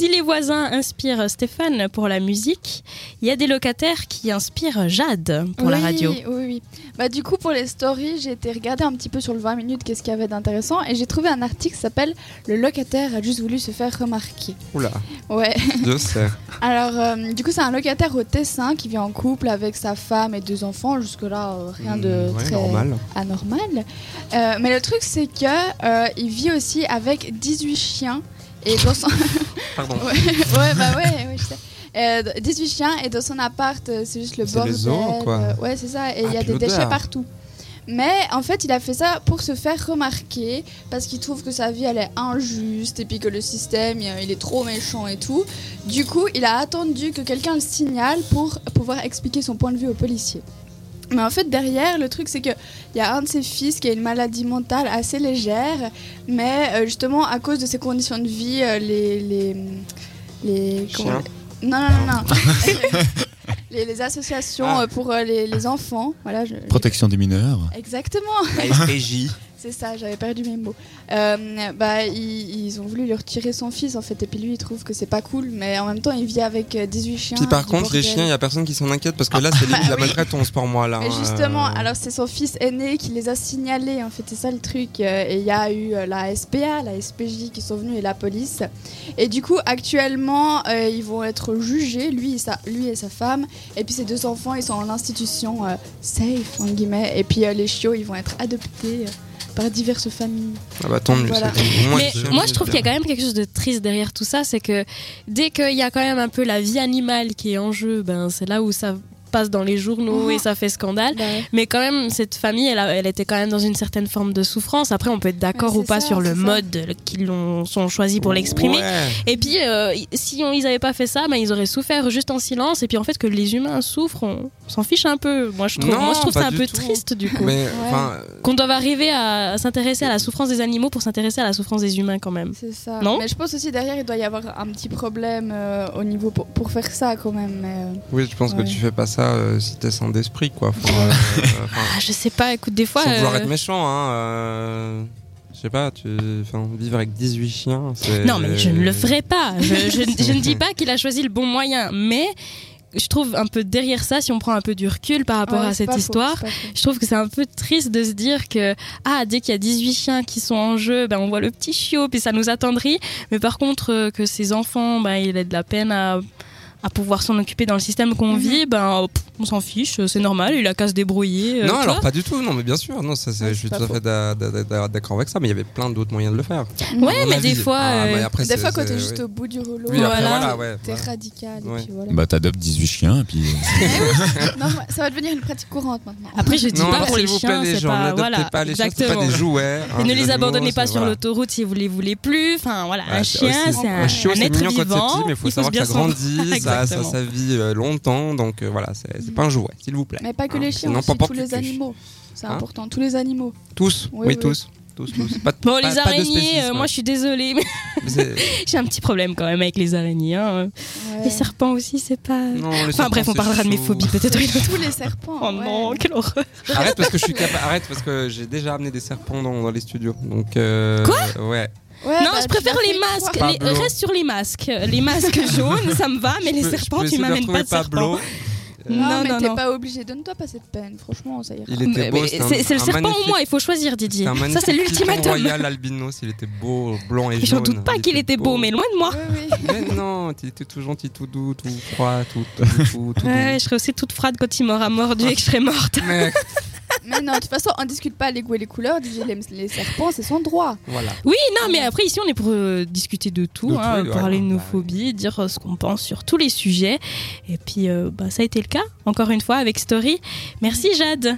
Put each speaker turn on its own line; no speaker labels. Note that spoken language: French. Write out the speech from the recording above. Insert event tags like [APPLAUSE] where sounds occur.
les voisins inspirent Stéphane pour la musique, il y a des locataires qui inspirent Jade pour la
Oui,
radio.
Oui, oui. Bah, du coup, pour les stories, j'ai été regarder un petit peu sur le 20 minutes qu'est-ce qu'il y avait d'intéressant et j'ai trouvé un article qui s'appelle Le locataire a juste voulu se faire remarquer.
Oula,
Ouais. [LAUGHS]
Dieu sait.
Alors, euh, du coup, c'est un locataire au Tessin qui vit en couple avec sa femme et deux enfants. Jusque-là, euh, rien de
Mm, ouais,
très
normal.
anormal. Euh, mais le truc, c'est que euh, il vit aussi avec 18 chiens et dans son...
[LAUGHS] Pardon.
Ouais, ouais, bah ouais, ouais, je sais. Euh, 18 chiens et dans son appart, euh, c'est juste le
C'est
bordel.
les zoos, quoi.
Euh, Ouais, c'est ça. Et il
Ah,
y a
puis
des déchets
l'odeur.
partout. Mais en fait, il a fait ça pour se faire remarquer parce qu'il trouve que sa vie elle est injuste et puis que le système il il est trop méchant et tout. Du coup, il a attendu que quelqu'un le signale pour pouvoir expliquer son point de vue aux policiers. Mais en fait, derrière, le truc, c'est qu'il y a un de ses fils qui a une maladie mentale assez légère, mais euh, justement, à cause de ses conditions de vie, euh, les. les, les
Chiens.
Non, non, non, non.
[LAUGHS]
[LAUGHS] les, les associations
Ah.
euh, pour euh, les, les enfants. Voilà, je-
Protection des mineurs.
Exactement. [LAUGHS]
La SPJ.
C'est ça, j'avais perdu mes mots. Euh, bah, ils, ils ont voulu lui retirer son fils en fait, et puis lui il trouve que c'est pas cool, mais en même temps il vit avec euh, 18 chiens.
Puis par
du
contre, les
bordel.
chiens, il n'y a personne qui s'en inquiète parce que
Ah,
là, c'est limite
Bah
la
oui.
maltraitance pour moi. Là,
Mais
hein.
justement, alors c'est son fils aîné qui les a signalés, en fait, c'est ça le truc. Euh, Et il y a eu euh, la SPA, la SPJ qui sont venus et la police. Et du coup, actuellement, euh, ils vont être jugés, lui et, sa, lui et sa femme. Et puis ses deux enfants, ils sont en institution euh, safe, en guillemets. Et puis euh, les chiots, ils vont être adoptés euh, par diverses familles.
Ah bah tant mieux.
Voilà.
c'est- au moins,
Mais
c'est-
moi, je trouve qu'il y a quand même quelque chose de triste derrière tout ça, c'est que dès qu'il y a quand même un peu la vie animale qui est en jeu, ben c'est là où ça passe dans les journaux
Mhm.
et ça fait scandale. Mais quand même, cette famille, elle, a- elle était quand même dans une certaine forme de souffrance. Après, on peut être d'accord
Ouais,
ou
c'est
pas
ça,
sur le
c'est ça.
mode qu'ils l'ont- sont choisis pour l'exprimer.
Ouais.
Et puis, euh, y- si on- ils n'avaient pas fait ça, ben, ils auraient souffert juste en silence. Et puis, en fait, que les humains souffrent, on s'en fiche un peu. Moi, je trouve,
Non,
moi, je trouve
pas
ça un
du
peu
tout.
triste, du coup.
Mais enfin,
Qu'on doive arriver à, à s'intéresser à la souffrance des animaux pour s'intéresser à la souffrance des humains, quand même.
C'est ça.
Non
Mais je pense aussi derrière, il doit y avoir un petit problème euh, au niveau pour, pour faire ça quand même. mais, euh,
oui, je pense
Ouais.
que tu fais pas ça euh, si t'es sans d'esprit, quoi. Faut, euh, euh,
[LAUGHS]
enfin,
Ah, je sais pas, écoute, des fois.
sans vouloir
euh,
être méchant, hein. euh, je sais pas, tu, enfin, vivre avec 18 chiens, c'est.
Non, mais je ne le ferai pas. Je, je-
[LAUGHS]
je ne dis pas qu'il a choisi le bon moyen. Mais je trouve un peu derrière ça, si on prend un peu du recul par rapport
ouais,
à
c'est pas
cette
faux,
histoire,
c'est pas faux.
je trouve que c'est un peu triste de se dire que ah dès qu'il y a 18 chiens qui sont en jeu, ben on voit le petit chiot puis ça nous attendrit. Mais par contre euh, que ces enfants, ben il a de la peine à à pouvoir s'en occuper dans le système qu'on
Mhm.
vit, ben oh, pff, on s'en fiche, c'est normal, il a qu'à se débrouiller. euh,
Non,
tu
alors
vois.
pas du tout, non, mais bien sûr, non, ça, c'est-
Ouais,
je suis
c'est
tout
pas
à fait d'a- d'a- d'a- d'accord avec ça, mais il y avait plein d'autres moyens de le faire.
Ouais,
À mon
mais des
avis.
fois,
Ah,
euh,
mais après,
Des
c'est-
fois, quand
c'est-
t'es juste
oui.
au bout du rouleau,
Oui, après,
Voilà.
voilà, ouais,
t'es
voilà.
radical. Et
Ouais. Bah.
puis voilà.
Bah t'adoptes 18 chiens et puis. euh,
Non, ouais, ça va devenir une pratique courante maintenant.
Après je dis
non,
pas pour les
s'il vous plaît,
chiens,
les
c'est
gens,
pas
n'adoptez
voilà,
pas les chiens, c'est pas
exactement.
des jouets. hein,
Et ne
des
les
animaux,
abandonnez pas
c'est-
sur
voilà.
l'autoroute si vous les voulez plus. Enfin voilà, un
Ouais, c'est-
chien,
aussi-
c'est un,
un chiot,
un
c'est
être
mignon quand
vivant.
c'est petit, mais il faut savoir que ça
s'en- [LAUGHS]
grandit, ça, ça,
Exactement.
ça vit euh, longtemps, donc euh, voilà, c'est c'est pas un jouet, s'il vous plaît.
Mais pas que
Hein,
les chiens,
sinon,
aussi
pas
tous
plus
les
que-
animaux. C'est
Hein
important, tous les animaux.
Tous,
Oui,
oui,
oui.
tous, tous, tous. Pas de-
Bon,
pas-
les
pas de
araignées,
spécisme.
euh, moi je suis désolée, [LAUGHS] mais
Mais c'est-
j'ai un petit problème quand même avec les araignées. hein. Les serpents aussi, c'est pas.
non, les
[LAUGHS] enfin bref,
serpents,
on
c'est
parlera de mes
chaud.
phobies peut-être une autre
Tous les serpents.
fois. [LAUGHS] Oh
[LAUGHS] ouais.
non, quelle horreur.
Arrête parce que je suis capa- arrête parce que j'ai déjà amené des serpents dans, dans les studios. Donc Quoi Ouais.
Ouais,
non,
bah,
je
tu
préfère
l'as fait
les
une
masques.
fois.
Les-
Pablo.
Reste sur les masques. Les
[LAUGHS]
masques jaunes, ça me va, Ah, mais
Je
les
peux- je
serpents,
peux
tu
essayer de
m'amènes pas
retrouver
de serpents.
Pablo.
Non,
Non,
mais
non,
t'es
non.
pas obligé. Donne-toi pas cette peine. Franchement, ça ira.
Il était
Mais-
beau.
mais
c'était un-
C'est c'est le
un
serpent ou
magnifique-
moi, il faut choisir Didier.
c'était un
Ça c'est
magnifique python
l'ultimatum.
Royal albinos, il était beau, blanc et
Mais
jaune.
J'en doute pas qu'il était beau, mais loin de moi.
Oui, oui.
Mais non, il était tout gentil, tout doux, tout froid, tout
[LAUGHS]
tout tout. tout, tout
Ouais, je serais aussi toute froide quand il m'aura mordu et que je serais morte.
doux. Mec,
Mais non, de toute façon, on discute pas les goûts et les couleurs. Dis, j'aime les serpents, c'est son droit.
voilà.
Oui, non, mais après, ici, on est pour euh, discuter de tout,
De
hein,
tout, ouais,
parler de
ouais,
nos
bah oui.
phobies, dire euh, ce qu'on pense sur tous les sujets. Et puis, euh, bah, ça a été le cas, encore une fois, avec Story. Merci, Jade.